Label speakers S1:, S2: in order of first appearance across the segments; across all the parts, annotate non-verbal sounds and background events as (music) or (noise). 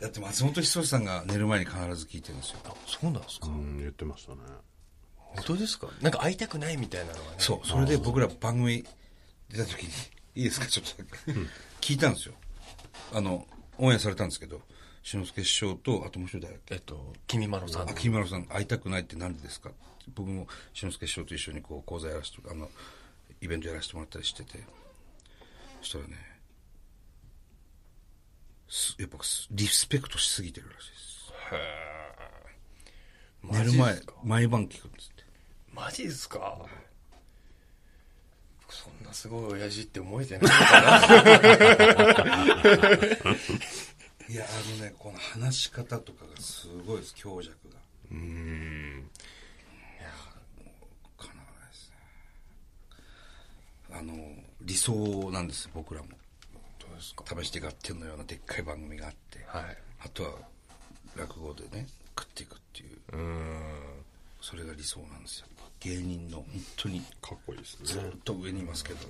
S1: だって松本人志さんが寝る前に必ず聞いてるんですよ。
S2: そうなんですか、
S3: うん、言ってましたね。
S2: 本当ですかなんか会いたくないみたいなのがね。
S1: そう、それで僕ら番組出た時に、いいですか、ちょっとだけ。聞いたんですよ。あの、オンエアされたんですけど、志の輔師匠と、あともう一人誰だっけ
S2: えっと、君まろさんの
S1: あ、。金丸さん、会いたくないって何でですか僕も志の輔師匠と一緒にこう講座やらせて、あの、イベントやらせてもらったりしてて、そしたらね、すやっぱすリスペクトしすぎてるらしいです。寝
S2: マ
S1: る
S2: ジで
S1: 前
S2: すか、
S1: 毎晩聞くんですって。
S2: マジですか僕そんなすごい親父って思えてないかな。
S1: いや、あのね、この話し方とかがすごいです、強弱が。うん。いや、かなわないですね。あの、理想なんです、僕らも。
S2: どうですか
S1: 試して合点のようなでっかい番組があって、
S2: はい。
S1: あとは落語でね、食っていくっていう。それが理想なんですよ。芸人の本当に
S3: かっこいいです
S1: ず
S3: ね。
S1: っと上にいますけど、か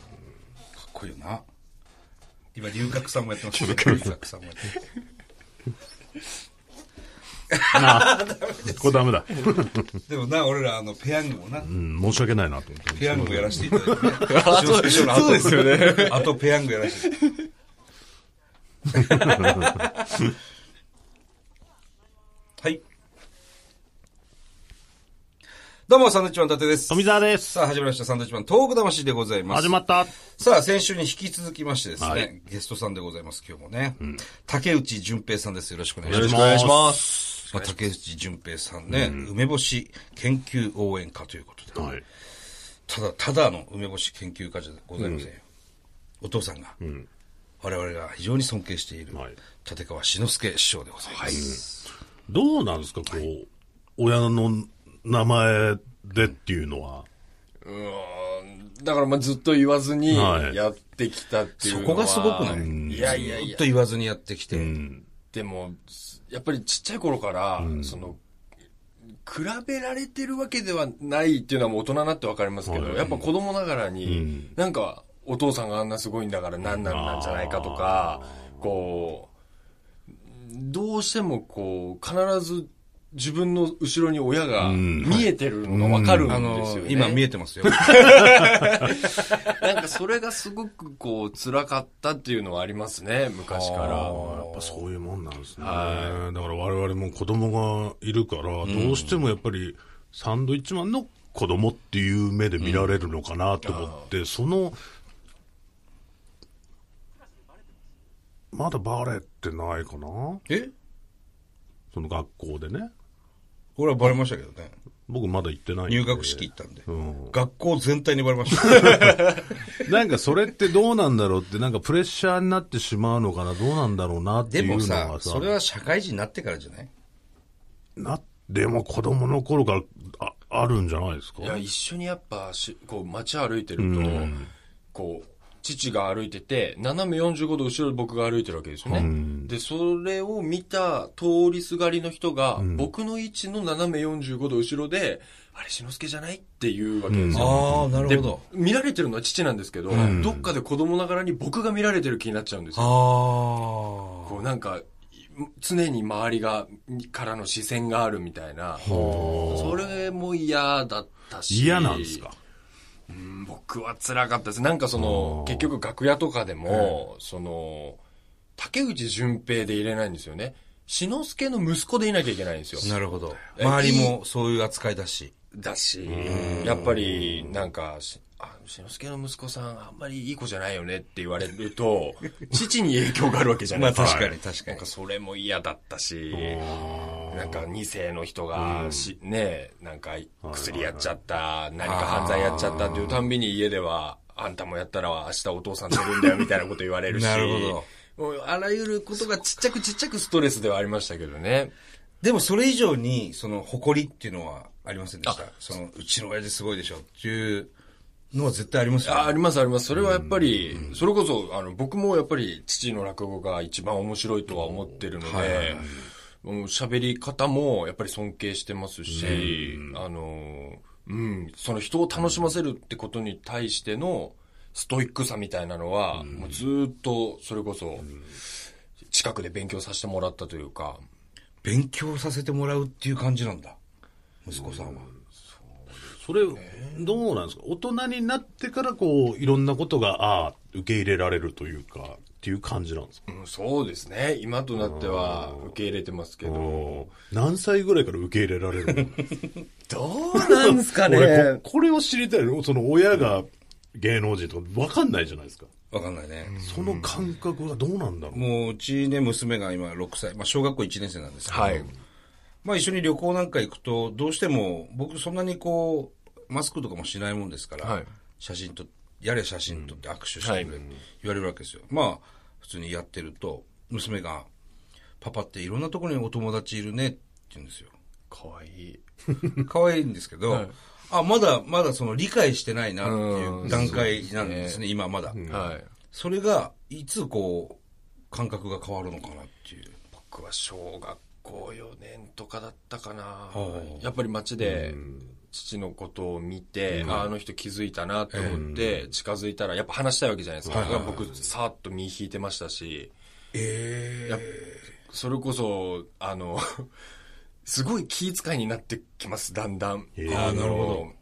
S1: っこいいよな。今、龍角さんもやってます龍角さんもやってます
S3: これダメだ。
S1: でもな、俺ら、あの、ペヤングもな、
S3: うん、申し訳ないなと思って。
S1: ペヤングやらせていただいてね。
S2: あそう
S1: 師匠の後
S2: そうですよね。。
S1: あとペヤングやらせて。はい。どうも、サンドウィッチマン伊達です。
S3: 富澤です。
S1: さあ、始まりました。サンドウィッチマン、東北魂でございます。
S3: 始まった。
S1: さあ、先週に引き続きましてですね、
S3: はい
S1: ゲストさんでございます、今日もね。竹内淳平さんです。よろしくお願いし
S3: よ
S1: ま
S3: ろ
S1: す
S3: し。くお願いします
S1: まあ、竹内淳平さんね、梅干し研究応援家ということで。
S3: はい。
S1: ただ、ただの梅干し研究家じゃございませんよ。お父さんが、我々が非常に尊敬している
S3: はい、
S1: 立川志の輔師匠でございます。
S3: どうなんですか、こう、親の名前でっていうのは。
S2: うーん。だからまあずっと言わずに
S3: はい
S2: やってきたっていう
S1: そ
S2: の
S1: こ
S2: は。
S1: がすごくない
S2: いやいやい
S1: ずっ
S2: や
S1: と。言わずにやってきて、
S3: うん。
S2: でも、やっぱりちっちゃい頃から、その、比べられてるわけではないっていうのはもう大人になってわかりますけど、
S3: はい
S2: やっぱ子供ながらに、
S3: うん
S2: なんか、お父さんがあんなすごいんだから何なんなんじゃないかとか、こう、どうしてもこう、必ず自分の後ろに親が
S3: うん
S2: 見えてるのがわかるん
S1: あ
S2: で
S1: の
S2: すよ、ね。
S1: 今見えてますよ。
S2: (laughs) なんかそれがすごくこう、辛かったっていうのはありますね、昔か
S3: あ
S2: ら。
S3: ーやっぱそういうもんなんですね。だ
S2: は
S3: から我々も子供がいるから、どうしてもやっぱりサンドイッチマンの子供っていう目で見られるのかなと思って、その、まだバレてないかな
S1: え
S3: その学校でね。
S1: 俺はバレましたけどね。
S3: 僕まだ行ってないんで。
S1: 入学式行ったんで。
S3: うん
S1: 学校全体にバレました。
S3: なんかそれってどうなんだろうって、なんかプレッシャーになってしまうのかな、どうなんだろうなって
S1: で
S3: いうの
S1: も
S3: が
S1: さ、、
S3: さ
S1: それは社会人になってからじゃない
S3: な、でも子供の頃からああるんじゃないですか
S2: いや、一緒にやっぱし、こう、街歩いてると、
S3: うん
S2: こう、父が歩いてて、斜め45度後ろで僕が歩いてるわけですよね。
S3: うん
S2: で、それを見た通りすがりの人が、
S3: ん
S2: 僕の位置の斜め45度後ろで、あれ、しのすけじゃないっていうわけですよ。
S1: ああ、な
S2: で。見られてるのは父なんですけど、
S3: ん
S2: どっかで子供ながらに僕が見られてる気になっちゃうんですよ。
S1: あ
S2: こうなんか、常に周りが、からの視線があるみたいな。それも嫌だったし。
S3: 嫌なんですか
S2: うん僕は辛かったです。なんかその、結局楽屋とかでも、その、竹内淳平で入れないんですよね。志の輔の息子でいなきゃいけないんですよ。
S1: なるほど。
S2: え
S1: 周りもそういう扱いだし。
S2: だし、やっぱり、なんか、しあ、しのすけの息子さん、あんまりいい子じゃないよねって言われると、父に影響があるわけじゃないですか。
S1: まあ確かに確かに
S2: なんかそれも嫌だったし、なんか2世の人がし、ね、なんか薬やっちゃった、何か犯罪やっちゃったっていうたんびに家では、あんたもやったら明日お父さん出るんだよみたいなこと言われるし、
S1: (laughs) なるほど
S2: もうあらゆることがちっちゃくちっちゃくストレスではありましたけどね。
S1: でもそれ以上に、その、誇りっていうのはありませんでした。その、うちの親父すごいでしょっていうのは絶対ありますよ、ね。
S2: あありますあります。それはやっぱり、それこそ、あの、僕もやっぱり父の落語が一番面白いとは思ってるので、うん喋り方もやっぱり尊敬してますし、あの、うん、その人を楽しませるってことに対してのストイックさみたいなのは、もうずーっと、それこそ、近くで勉強させてもらったというか、
S1: 勉強させてもらうっていう感じなんだ。息子さんは。
S3: それ、どうなんですか大人になってからこう、いろんなことが、ああ、受け入れられるというか、っていう感じなんですか
S2: うんそうですね。今となっては受け入れてますけど、
S3: 何歳ぐらいから受け入れられるの
S2: (laughs) どうなんですか
S3: 俺こ、これを知りたいのその親が芸能人とか分かんないじゃないですか。
S1: わかんないね。
S3: その感覚はどうなんだろう、
S1: もううちね、娘が今6歳、まあ小学校1年生なんですけど、
S2: はい。
S1: まあ一緒に旅行なんか行くと、どうしても僕そんなにこう、マスクとかもしないもんですから、
S2: はい
S1: 写真と、やれ写真撮って握手してく
S2: は
S1: れ
S2: い
S1: って言われるわけですよ。まあ、普通にやってると、娘が、パパっていろんなところにお友達いるねって言うんですよ。
S2: (laughs) かわいい。
S1: 可愛いんですけど、
S2: はい
S1: あ、まだ、まだその理解してないなっていう段階なんですね、今まだ。
S2: はい。
S1: それが、いつこう、感覚が変わるのかなっていう。
S2: 僕は小学校4年とかだったかな
S1: はあ
S2: やっぱり街で父のことを見て、ああの人気づいたなと思って近づいたらやっぱ話したいわけじゃないですか、
S1: はいはいはい
S2: 僕さーっと身引いてましたし
S1: え
S2: やっそれこそあの (laughs) すごい気遣いになってきますだんだん、
S3: へえ
S2: あの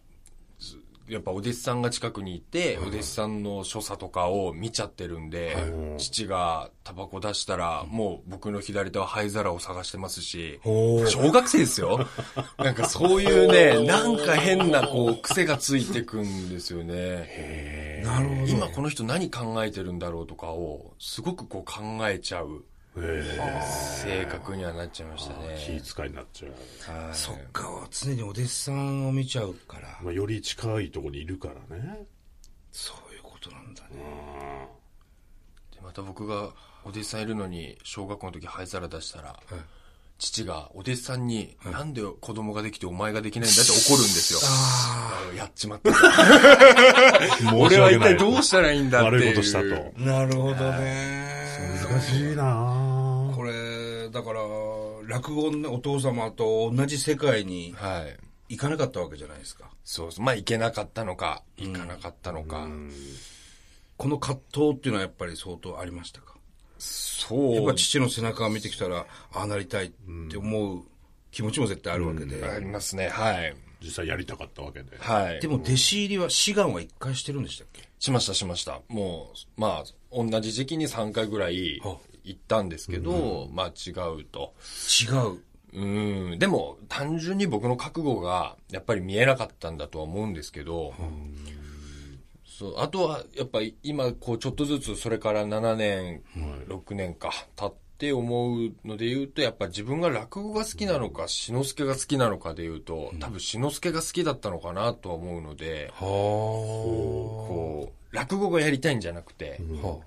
S2: すやっぱお弟子さんが近くにいて、お弟子さんの所作とかを見ちゃってるんで、父がタバコ出したら、もう僕の左手は灰皿を探してますし、
S1: おー
S2: 小学生ですよ。 (laughs) なんかそういうね、なんか変なこう癖がついてくんですよね。
S1: なるほど。
S2: 今この人何考えてるんだろうとかを、すごくこう考えちゃう
S3: え
S2: 性格にはなっちゃいました
S3: え
S2: ね。
S3: 気遣いになっちゃう。
S2: はい
S1: そっか、常にお弟子さんを見ちゃうから。
S3: まあ、より近いところにいるからね。
S1: そういうことなんだね。
S2: でまた僕がお弟子さんいるのに小学校の時灰皿出したら、父がお弟子さんに、なんで子供ができてお前ができないんだって怒るんですよ。あのやっちまった。俺は一体どうしたらいいんだっていう。
S3: 悪いことしたと。。
S1: なるほどね。
S3: 難しいな
S1: これ、だから、落語のお父様と同じ世界に
S2: はい。
S1: 行かなかったわけじゃないですか。
S2: そうそう。まあ、行けなかったのか、行かなかったのか。
S1: この葛藤っていうのはやっぱり相当ありましたか
S2: そう。
S1: やっぱ父の背中を見てきたら、ああなりたいって思う気持ちも絶対あるわけで。
S2: ありますね。はい。
S3: 実際やりたかったわけで。
S2: はい。
S1: でも弟子入りは、志願は一回してるんでしたっけ
S2: しました、しました。もう、まあ、同じ時期に3回ぐらい
S1: あ
S2: 行ったんですけど、まあ、違うと。
S1: 違う。
S2: うん。でも、単純に僕の覚悟が、やっぱり見えなかったんだとは思うんですけど、そう、あとは、やっぱり今、こう、ちょっとずつ、それから7年、6年か、経って思うので言うと、やっぱ自分が落語が好きなのか、志の輔が好きなのかで言うと、多分志の輔が好きだったのかなとは思うので、
S1: は
S2: こう、落語がやりたいんじゃなくて、
S1: は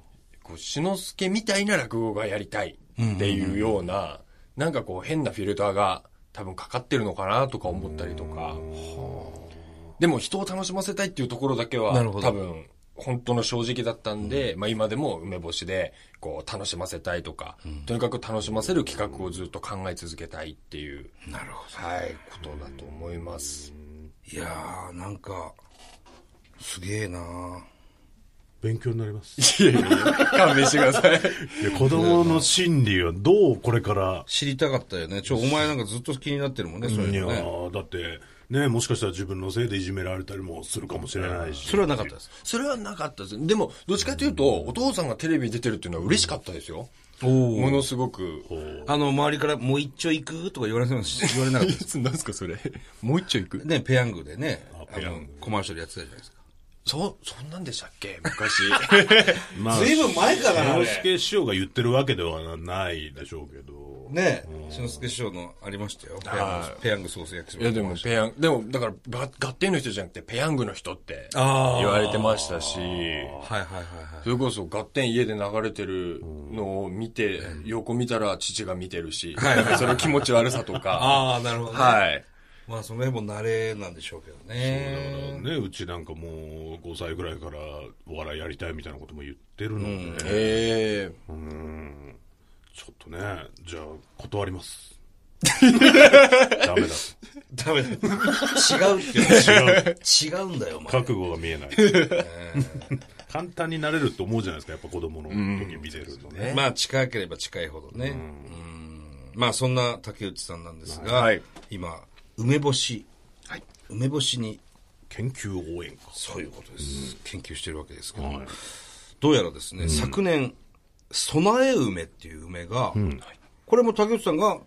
S2: こう、志の輔みたいな落語がやりたいっていうような、なんかこう変なフィルターが多分かかってるのかなとか思ったりとか、でも人を楽しませたいっていうところだけは
S1: なるほど
S2: 多分本当の正直だったんで、まあ今でも梅干しでこう楽しませたいとか、とにかく楽しませる企画をずっと考え続けたいっていう、
S1: なるほど。
S2: はい、ことだと思います。
S1: いやー、なんか、すげえなー
S3: 勉強になります。
S2: いやいやいや (laughs) 勘弁してください。
S3: いや子供の心理はどうこれから、
S1: 知りたかったよね。ちょ、お前なんかずっと気になってるもんね、そう
S3: い
S1: い
S3: や
S1: うのね。
S3: ーだって、ね、もしかしたら自分のせいでいじめられたりもするかもしれないし。
S1: それはなかったです。
S2: それはなかったです。でも、どっちかというと、お父さんがテレビに出てるっていうのは嬉しかったですよ。ものすごく。
S1: あの、周りからもう一丁行くとか言われて (laughs) ます言われなかったです。
S2: (laughs) 何すかそれ。もう一丁行く
S1: ね、ペヤングでね、あ
S3: ペヤ
S1: の
S3: ン、
S1: コマーシャルやってたじゃないですか。
S2: そ、そんなんでしたっけ昔。
S3: まあ、
S1: ずいぶん前かなあれ
S3: 志の輔師匠が言ってるわけではないでしょうけど。
S1: ねえ、しのすけ師匠のありましたよ。ペヤング、ペヤングソース焼きそば。
S2: (laughs) いやでも、ペヤング、でも、だから、ば合点の人じゃなくて、ペヤングの人って言
S1: あー
S2: われてましたし、
S1: はいはいはいはい。
S2: それこそ合点家で流れてるのを見て、横見たら父が見てるし、なんかその気持ち悪さと (laughs) か。
S1: ああ、なるほど、ね。
S2: はい。
S1: まあ、その辺も慣れなんでしょうけどね。
S3: ね、うちなんかもう5歳ぐらいからお笑いやりたいみたいなことも言ってるので、
S2: ええ
S1: (laughs)
S3: ちょっとね、じゃあ断ります。ダメだ。
S1: ダメだ。違うっていう (laughs) 違う。違うんだよ、お前。
S3: 覚悟が見えない。簡単になれるって思うじゃないですか、やっぱ子供の時見てるとね。
S1: まあ近ければ近いほどね。うんまあそんな竹内さんなんですが、
S2: はい
S1: 今、梅干し、
S2: はい
S1: 梅干しに、
S3: 研究応援か。
S1: そういうことです。研究してるわけですけど、
S3: はい
S1: どうやらですね、昨年、備え梅っていう梅が、これも竹内さんが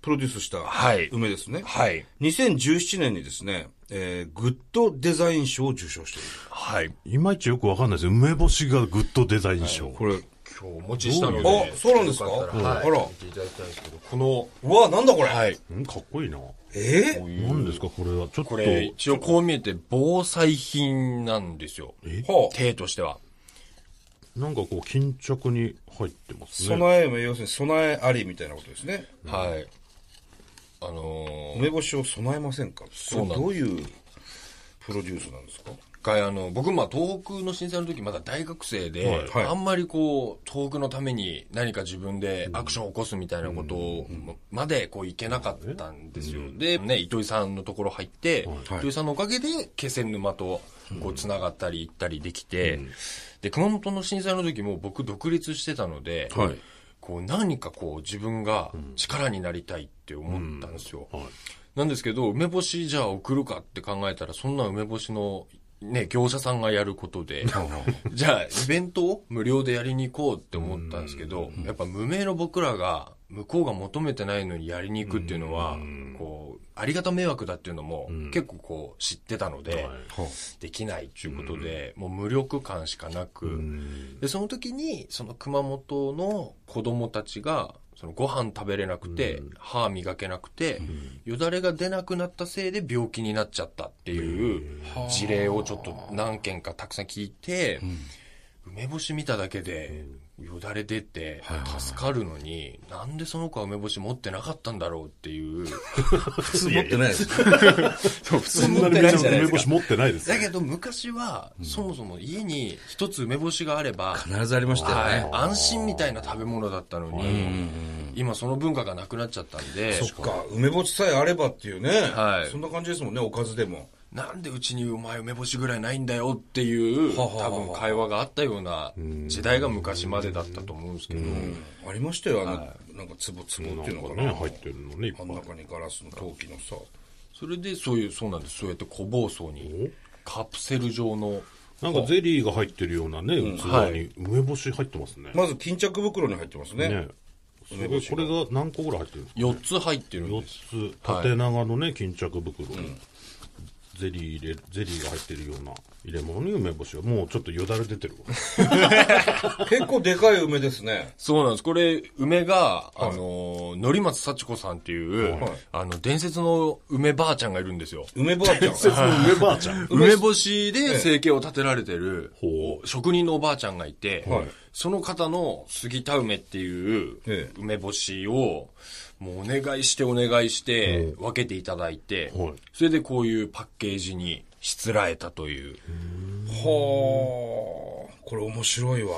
S1: プロデュースした
S2: はい
S1: 梅ですね。
S2: はい。
S1: 2017年にですね、えーグッドデザイン賞を受賞している。
S2: はい。
S3: いまいちよくわかんないですよ。梅干しがグッドデザイン賞。
S1: これ、
S2: 今日お持ちしたの
S1: あ
S2: で、、
S1: そうなんですか
S2: よったらはい、
S1: あら
S2: 見。ていただきたいんですけど、この、
S1: うわ、なんだこれ。
S2: はい。
S3: うん、かっこいいな。
S1: えー
S3: 何ですか、これは。ちょっと
S2: こ。れ、一応こう見えて防災品なんですよ。
S1: はあ、
S2: 手としては。
S3: なんかこう、巾着に入ってますね。
S1: 備えも要するに備えありみたいなことですね。
S2: はい。あのー、
S1: 梅干しを備えませんか
S2: う
S1: こ
S2: なん
S1: れ
S2: です
S1: どういうプロデュースなんですか
S2: 一回あの、僕、まあ、東北の震災の時、まだ大学生で、
S1: はいはい
S2: あんまりこう、東北のために何か自分でアクションを起こすみたいなことを、まで、こう、いけなかったんですよ。で、ね、糸井さんのところ入って、
S1: はい
S2: 糸井さんのおかげで、気仙沼と、こう、つながったり行ったりできて、で、熊本の震災の時も僕、独立してたので、
S1: はい
S2: こう、何かこう、自分が力になりたいって思ったんですよ。
S3: はい。
S2: なんですけど、梅干しじゃあ送るかって考えたら、そんな梅干しの、ね、業者さんがやること (laughs) で、じゃあ、イベントを無料でやりに行こうって思ったんですけど、やっぱ無名の僕らが、向こうが求めてないのにやりに行くっていうのは、こう、ありがた迷惑だっていうのも、結構こう、知ってたので、できないっていうことで、もう無力感しかなく、で、その時に、その熊本の子供たちが、そのご飯食べれなくて、歯磨けなくて、よだれが出なくなったせいで病気になっちゃったっていう事例をちょっと何件かたくさん聞いて、梅干し見ただけで、よだれ出て、助かるのに、なんでその子は梅干し持ってなかったんだろうっていう。
S1: (laughs) 普通持ってないです。
S2: そう、普
S3: そんなにめちゃ梅干し持ってないですよ
S2: だけど昔は、そもそも家に一つ梅干しがあれば、
S1: 必ずありましたよ
S2: はい
S1: ね。、
S2: 安心みたいな食べ物だったのに、今その文化がなくなっちゃったんで、
S1: そっか、梅干しさえあればっていうね。
S2: はい
S1: そんな感じですもんね、おかずでも。
S2: なんでうちにうまい梅干しぐらいないんだよっていう、
S1: はははは
S2: 多分会話があったような時代が昔までだったと思うんですけど、
S1: ありましたよ、あの、なんか壺壺っていうのかな。
S3: ね、入ってるのね、いっぱ
S1: あ
S3: い。
S1: ん中にガラスの陶器のさ。
S2: それでそういう、そうなんです。そうやって小包装に、カプセル状の、
S3: なんかゼリーが入ってるようなね、器
S2: は
S3: に
S2: い
S3: 梅干し入ってますね。
S1: まず巾着袋に入ってますね。
S3: ね。すごい、これが何個ぐらい入ってるんですか
S2: 4つ入ってるんです。
S3: 四つ、縦長のね、巾着袋に。ゼリー入れ、ゼリーが入ってるような入れ物に梅干しは、もうちょっとよだれ出てるわ。
S1: 結構でかい梅ですね。
S2: そうなんです。これ、梅が、あの、乗松幸子さんっていう、あの、伝説の梅ばあちゃんがいるんですよ。
S1: 梅ばあちゃん。
S3: 梅ばあち
S2: (laughs)
S3: ゃん。
S2: 梅干しで生計を立てられてる
S3: ほ
S2: 職人のおばあちゃんがいて、
S1: はい
S2: その方の杉田梅っていう
S1: ええ
S2: 梅干しをもうお願いしてお願いして分けていただいて、
S3: はい
S2: それでこういうパッケージにしつらえたという。
S1: はあ、これ面白いわ。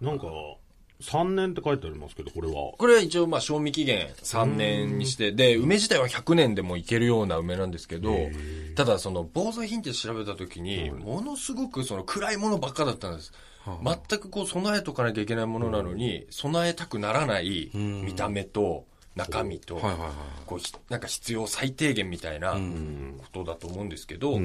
S3: なんか、3年って書いてありますけど、これは。
S2: これは一応まあ賞味期限3年にして、で、梅自体は100年でもいけるような梅なんですけど、ただその防災品って調べた時に、ものすごくその暗いものばっかだったんです。全くこう備えとかなきゃいけないものなのに、備えたくならない見た目と中身と、
S1: はいはい。
S2: こうひなんか必要最低限みたいなことだと思うんですけど、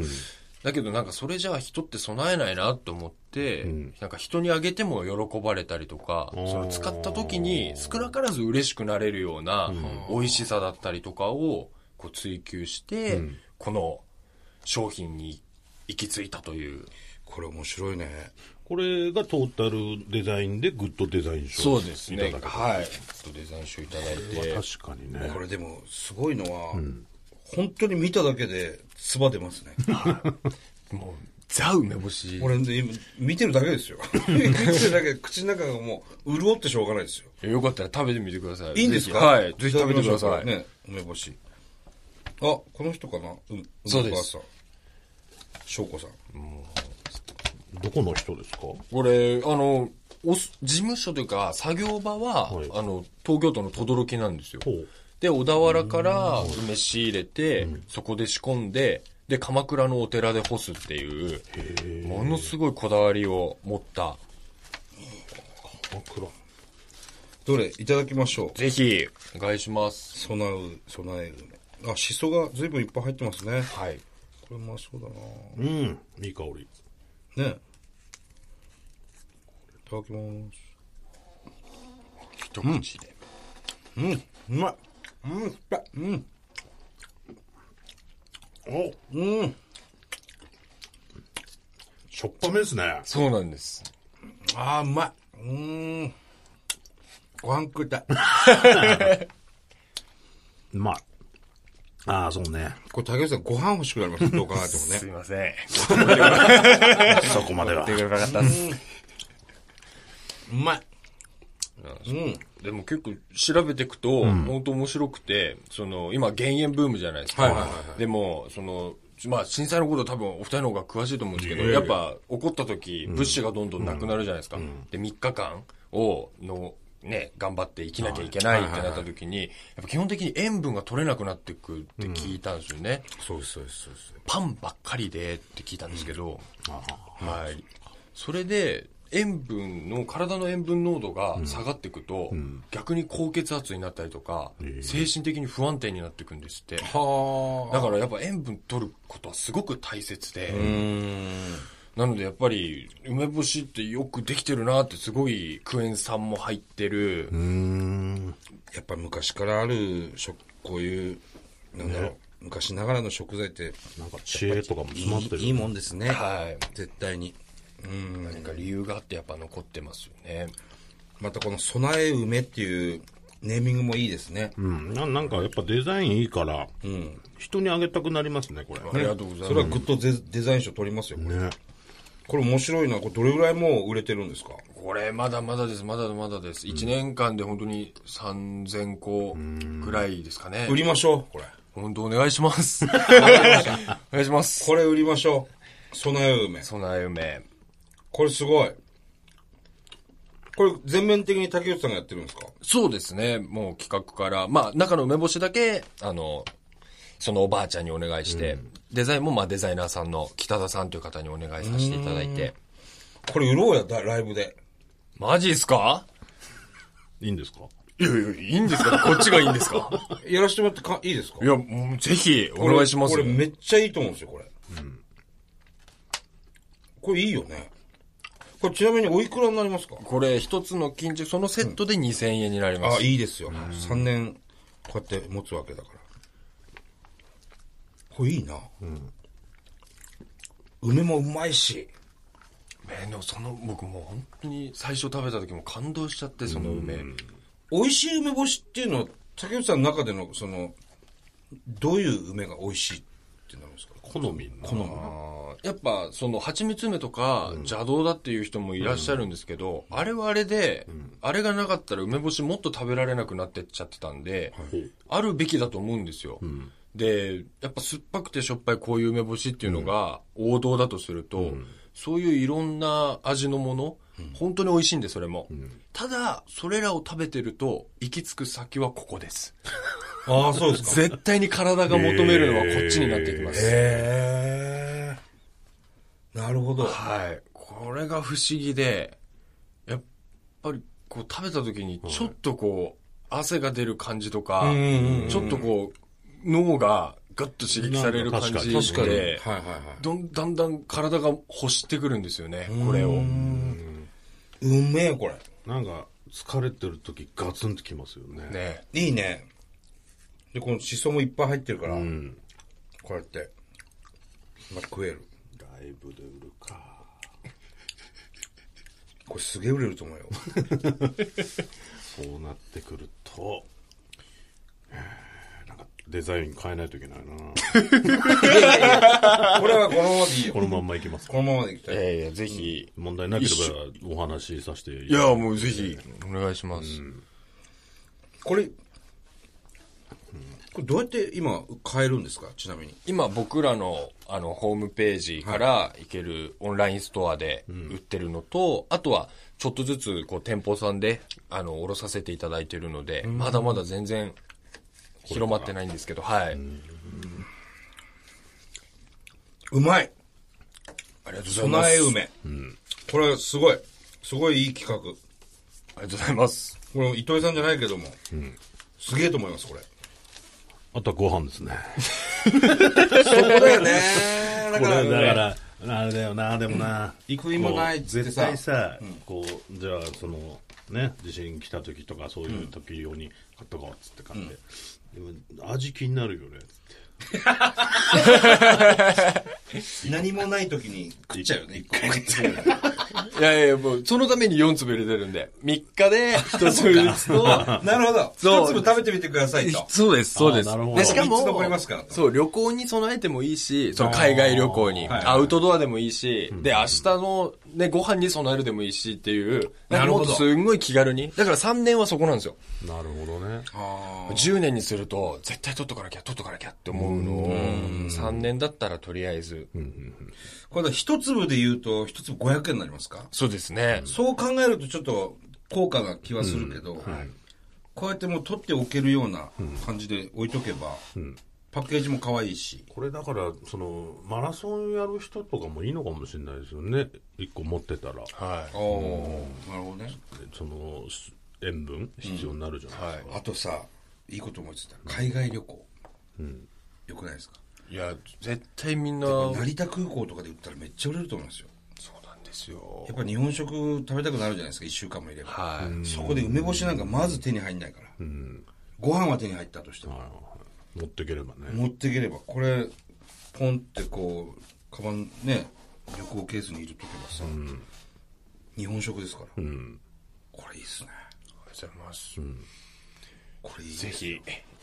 S2: だけどなんかそれじゃあ人って備えないなと思って、なんか人にあげても喜ばれたりとか、
S3: ー
S2: その使った時に少なからず嬉しくなれるような美味しさだったりとかをこう追求して、この商品に行き着いたという。
S1: これ面白いね。
S3: これがトータルデザインでグッドデザイン賞をいただけた。
S2: はい。ちょっとデザイン賞いただいて。
S3: 確かにね
S1: こ。れでも、すごいのは、本当に見ただけで、唾出ます
S2: (laughs)
S1: ね。
S2: もう、ザ梅干し。
S1: 俺ね、今、見てるだけです
S2: (laughs)
S1: よ。見てるだけで、口の中がもう、潤ってしょうがないですよ。
S2: よかったら食べてみてください。
S1: いいんですか
S2: はい。ぜひ食べてください。
S1: ね、梅干し。あ、この人かなうん、
S2: そうです
S1: お母さん。翔子さん。
S3: どこの人ですか
S2: これ、あの、おす事務所というか、作業場は、
S3: はい
S2: あの、東京都の轟なんですよ。
S3: ほう
S2: で、小田原から梅仕入れて、そこで仕込んで、で、鎌倉のお寺で干すっていう、ものすごいこだわりを持った。
S3: 真っ暗
S1: どれいただきましょう。
S2: ぜひ、お願いします。
S1: 備えう、備え梅。あ、しそが随分いっぱい入ってますね。
S2: はい。
S1: これもそうだな
S3: うんいい香り
S1: ねいただきます。
S2: 一口で。
S1: うん、うまい。うん、いっぱい。うん。
S3: お
S1: うん。
S3: しょっぱめですね
S2: そうなんです。
S1: ああ、うまい。うん。ご飯食い (laughs) たい。
S3: うまいああそうね
S1: これ、竹内さん、ご飯欲しくなります。どう考えてもね。
S2: すいません。
S3: そこまでは
S2: 手がかかったっす。
S1: うまい。うん。
S2: でも結構調べていくと、本当面白くて、その、今、減塩ブームじゃないですか。
S1: はいはいはい
S2: でも、その、まあ、震災のこと多分お二人の方が詳しいと思うんですけど、やっぱ起こった時、物資がどんどんなくなるじゃないですか。で、3日間を、の、ね、頑張って生きなきゃいけないってなった時に、やっぱ基本的に塩分が取れなくなってくって聞いたんですよね。
S1: そうです、そうです、そうです。
S2: パンばっかりでって聞いたんですけど、はい。それで、塩分の、体の塩分濃度が下がっていくと、逆に高血圧になったりとか、精神的に不安定になっていくんですって。
S1: (laughs) は
S2: だからやっぱ塩分取ることはすごく大切で、
S1: あ。うーん。
S2: なのでやっぱり梅干しってよくできてるなってすごいクエン酸も入ってる、
S3: うーん
S1: やっぱ昔からある食、こういう、なんだろう、昔ながらの食材って、
S3: なんか知恵とかも詰まってる
S1: いいいもんですね。
S2: はい。
S1: 絶対に。うん。
S2: 何か理由があってやっぱ残ってますよね。
S1: またこの備え梅っていうネーミングもいいですね。
S3: うんななんかやっぱデザインいいから、人にあげたくなりますねこれ
S2: ありがとうございます。
S1: それはグッドデデザイン賞取りますよ、これ。
S3: ね
S1: これ面白いな。これどれぐらいもう売れてるんですか
S2: これまだまだです、まだまだです。1年間で本当に3000個ぐらいですかね。
S1: 売りましょう、これ。
S2: 本当お願いし (laughs) ます。お願いします。
S1: これ売りましょう。備え梅。
S2: 備え梅。
S1: これすごい。これ全面的に竹内さんがやってるんですか
S2: そうですね、もう企画から。まあ、中の梅干しだけ、あの、そのおばあちゃんにお願いして、デザインもまあデザイナーさんの北田さんという方にお願いさせていただいて。
S1: これ売ろうや、だライブで。
S2: マジっすか
S3: いいんですか
S2: いやいや、いいんです (laughs) かこっちがいいんですか
S1: やらせてもらってかいいですか
S2: いや、もうぜひお願いします
S1: こ
S2: よ。
S1: れこれめっちゃいいと思うんですよ、これ。これいいよね。これちなみにおいくらになりますか
S2: これ一つの巾着、そのセットで2000円になります。
S1: あ、いいですよ。3年、こうやって持つわけだから。これいいな。梅もうまいし。
S2: えーでもその僕もう本当に最初食べた時も感動しちゃってその梅
S1: 美味しい梅干しっていうのは、竹内さんの中での、その、どういう梅が美味しいってなるんですか
S3: 好み
S1: 好み。
S2: あーやっぱその蜂蜜梅とか邪道だっていう人もいらっしゃるんですけど、あれはあれで、あれがなかったら梅干しもっと食べられなくなってっちゃってたんで、あるべきだと思うんですよ、でやっぱ酸っぱくてしょっぱいこういう梅干しっていうのが王道だとすると、そういういろんな味のもの、本当に美味しいんでそれも、ただそれらを食べてると行き着く先はここ (laughs) です
S1: ああ、そうですか。
S2: 絶対に体が求めるのはこっちになっていきます。
S1: へえ。なるほど。
S2: はい。これが不思議で、やっぱりこう食べた時にちょっとこう、汗が出る感じとか
S1: うんうんうん、
S2: ちょっとこう、脳がガッと刺激される感
S3: なんか
S2: じ
S1: 確かに。はい
S2: で、
S1: はいは
S2: どんだんだん体が欲してくるんですよね、これを。
S1: い。うめえ、これ。
S3: なんか疲れてる時ガツンってきますよね
S2: ね。
S1: いいね。で、このシソもいっぱい入ってるから、
S3: うん
S1: こうやって、まあ、食える。
S3: ライブで売るか
S1: これすげえ売れると思うよ。 (laughs)
S3: そうなってくるとえーなんかデザイン変えないといけないな
S1: これはこのままでいいよ
S3: こ。のまんまいき (laughs) ますか
S1: このままでいきたい。
S2: やいや、ぜひ。
S3: 問題なければお話しさせてい
S2: いや、もうぜひ、お願いします。
S1: これ、これどうやって今買えるんですかちなみに。
S2: 今僕らのあのホームページから行けるオンラインストアで売ってるのと、あとはちょっとずつこう店舗さんであの卸させていただいてるので、まだまだ全然広まってないんですけど、はい。
S1: うまい
S2: ありがとうございま
S1: 備
S2: す。
S1: え梅。これすごい。すごいいい企画。
S2: ありがとうございます。
S1: これ糸井さんじゃないけども。すげえと思います、これ。
S3: あとはご飯ですね。
S1: そうだよね。だ
S3: これだから、あれだよな、でもな。
S1: 食いもないっつって
S3: 絶
S1: さ
S3: 対さ、こう、じゃあ、その、ね、地震来た時とか、そういう時用に買っとこうっつって買って。でも、味気になるよね。
S1: 何もない時に食っちゃうよね、一回。
S2: (laughs) いやいや、もうそのために4粒入れてるんで、3日で1粒ずつと、
S1: なるほど。
S2: そう
S1: 一粒食べてみてくださいと。
S2: そうです、そうです。
S3: あーなるほど
S2: で、しか
S1: 三つ残
S2: も
S1: りますから、と
S2: そう、旅行に備えてもいいし、その海外旅行に、
S1: はい
S2: アウトドアでもいいし、で、明日のね、ご飯に備えるでもいいしっていう、な
S1: なんるほ
S2: かも
S1: ど
S2: っとすんごい気軽に。だから3年はそこなんですよ。
S3: なるほどね。
S1: あ
S2: 10年にすると、絶対取っとかなきゃ、取っとかなきゃって思うのを、3年だったらとりあえず。
S1: ーこれ一粒で言うと、一粒500円になりますか
S2: そうですね。
S1: そう考えるとちょっと高価な気はするけど、こうやってもう取っておけるような感じで置いとけば、パッケージも可愛いし。
S3: これだから、その、マラソンやる人とかもいいのかもしれないですよね。一個持ってたら。
S2: は
S1: おお、なるほどね。
S3: その、す塩分必要になるじゃないですか。
S1: あとさ、いいこと思いついた。海外旅行。よくないですか
S2: い。いや、絶対みんな、
S1: 成田空港とかで売ったらめっちゃ売れると思いますよ。
S2: そうなんですよ
S1: や。っぱ日本食食べたくなるじゃないですか、一週間もいれば。
S2: はい。
S1: そこで梅干しなんかまず手に入んないから。ご飯は手に入ったとしても。
S3: 持ってければね。
S1: 持っていければ、これ、ポンってこう、カバンね、旅行ケースに入れとけばさ、日本食ですから。これいいっすね。
S2: ありがとうございます。
S1: これいい。
S2: ぜひ、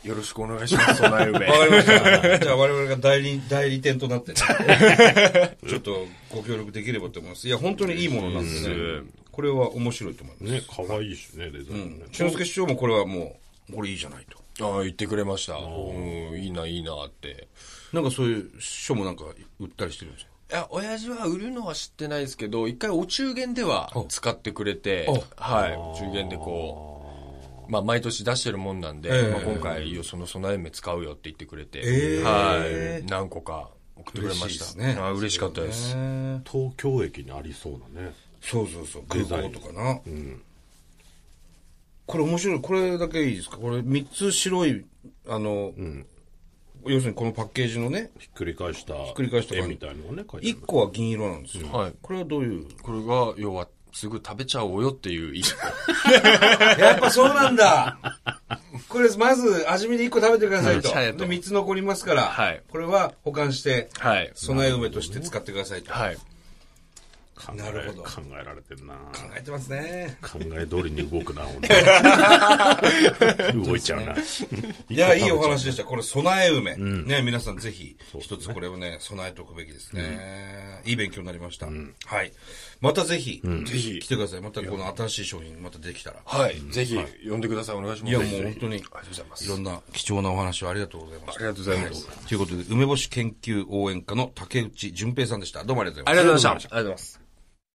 S2: よろしくお願い
S1: (laughs)
S2: します、備え梅。
S1: わかりました。じゃあ我々が代理、代理店となってね、ちょっとご協力できればと思います。いや、本当にいいものなんですね。これは面白いと思います。
S3: ね、可愛いしね、デザインね。
S1: 俊介師匠もこれはもう、これいいじゃないと。
S2: ああ、言ってくれました。うん、いいな、いいなって。
S1: なんかそういう師匠もなんか売ったりしてるんですか
S2: いや、親父は売るのは知ってないですけど、一回お中元では使ってくれて、はい、お中元でこう、まあ、毎年出してるもんなんで、
S1: ええ
S2: まあ、今回、その備え目使うよって言ってくれて、
S1: ええ
S2: はい、何個か送ってくれま
S1: 嬉しい
S2: し
S1: で
S2: た。
S1: すね。
S2: あ嬉しかったです。
S1: ね
S3: 東京駅にありそうなね。
S1: そうそうそう、空
S3: デザイ
S1: 港
S3: ン
S1: とかな。これ面白い。これだけいいですかこれ3つ白い、あの、要するにこのパッケージのね、
S3: ひっくり返した。ひっ
S1: くり返した
S3: 絵みたいのがね、書いてある
S1: 1個は銀色なんですよ。
S2: はい
S1: これはどういう
S2: これが、要は、すぐ食べちゃおうよっていう意思。
S1: (laughs) やっぱそうなんだ。これ、まず、味見で1個食べてくださいと。
S2: はい
S1: で、3つ残りますから、
S2: はい
S1: これは保管して、
S2: はい。
S1: 備え梅として使ってくださいと。
S2: はい。
S3: 考え
S1: なるほど
S3: 考えられてんな。
S1: 考えてますね。
S3: 考え通りに動くな、ほん
S1: (laughs)
S3: とに動いちゃうな。
S1: いや、いいお話でした。これ、備え梅。ね、皆さんぜひ、一つこれをね、備えておくべきですね。いい勉強になりました。はい。またぜひ、ぜひ来てください。またこの新しい商品、またできたら。
S2: はい。ぜひ、呼んでください。お願いします。
S1: いや、もう
S2: ぜひぜ
S1: 本
S2: ひ
S1: 当に、い
S2: ありがとうございます。
S1: ろんな貴重なお話をありがとうございました。
S2: ありがとうございます
S1: はい。ということで、梅干し研究応援家の竹内淳平さんでした。どうもありがとうございました
S2: ありがとうございました。ありがとうございます。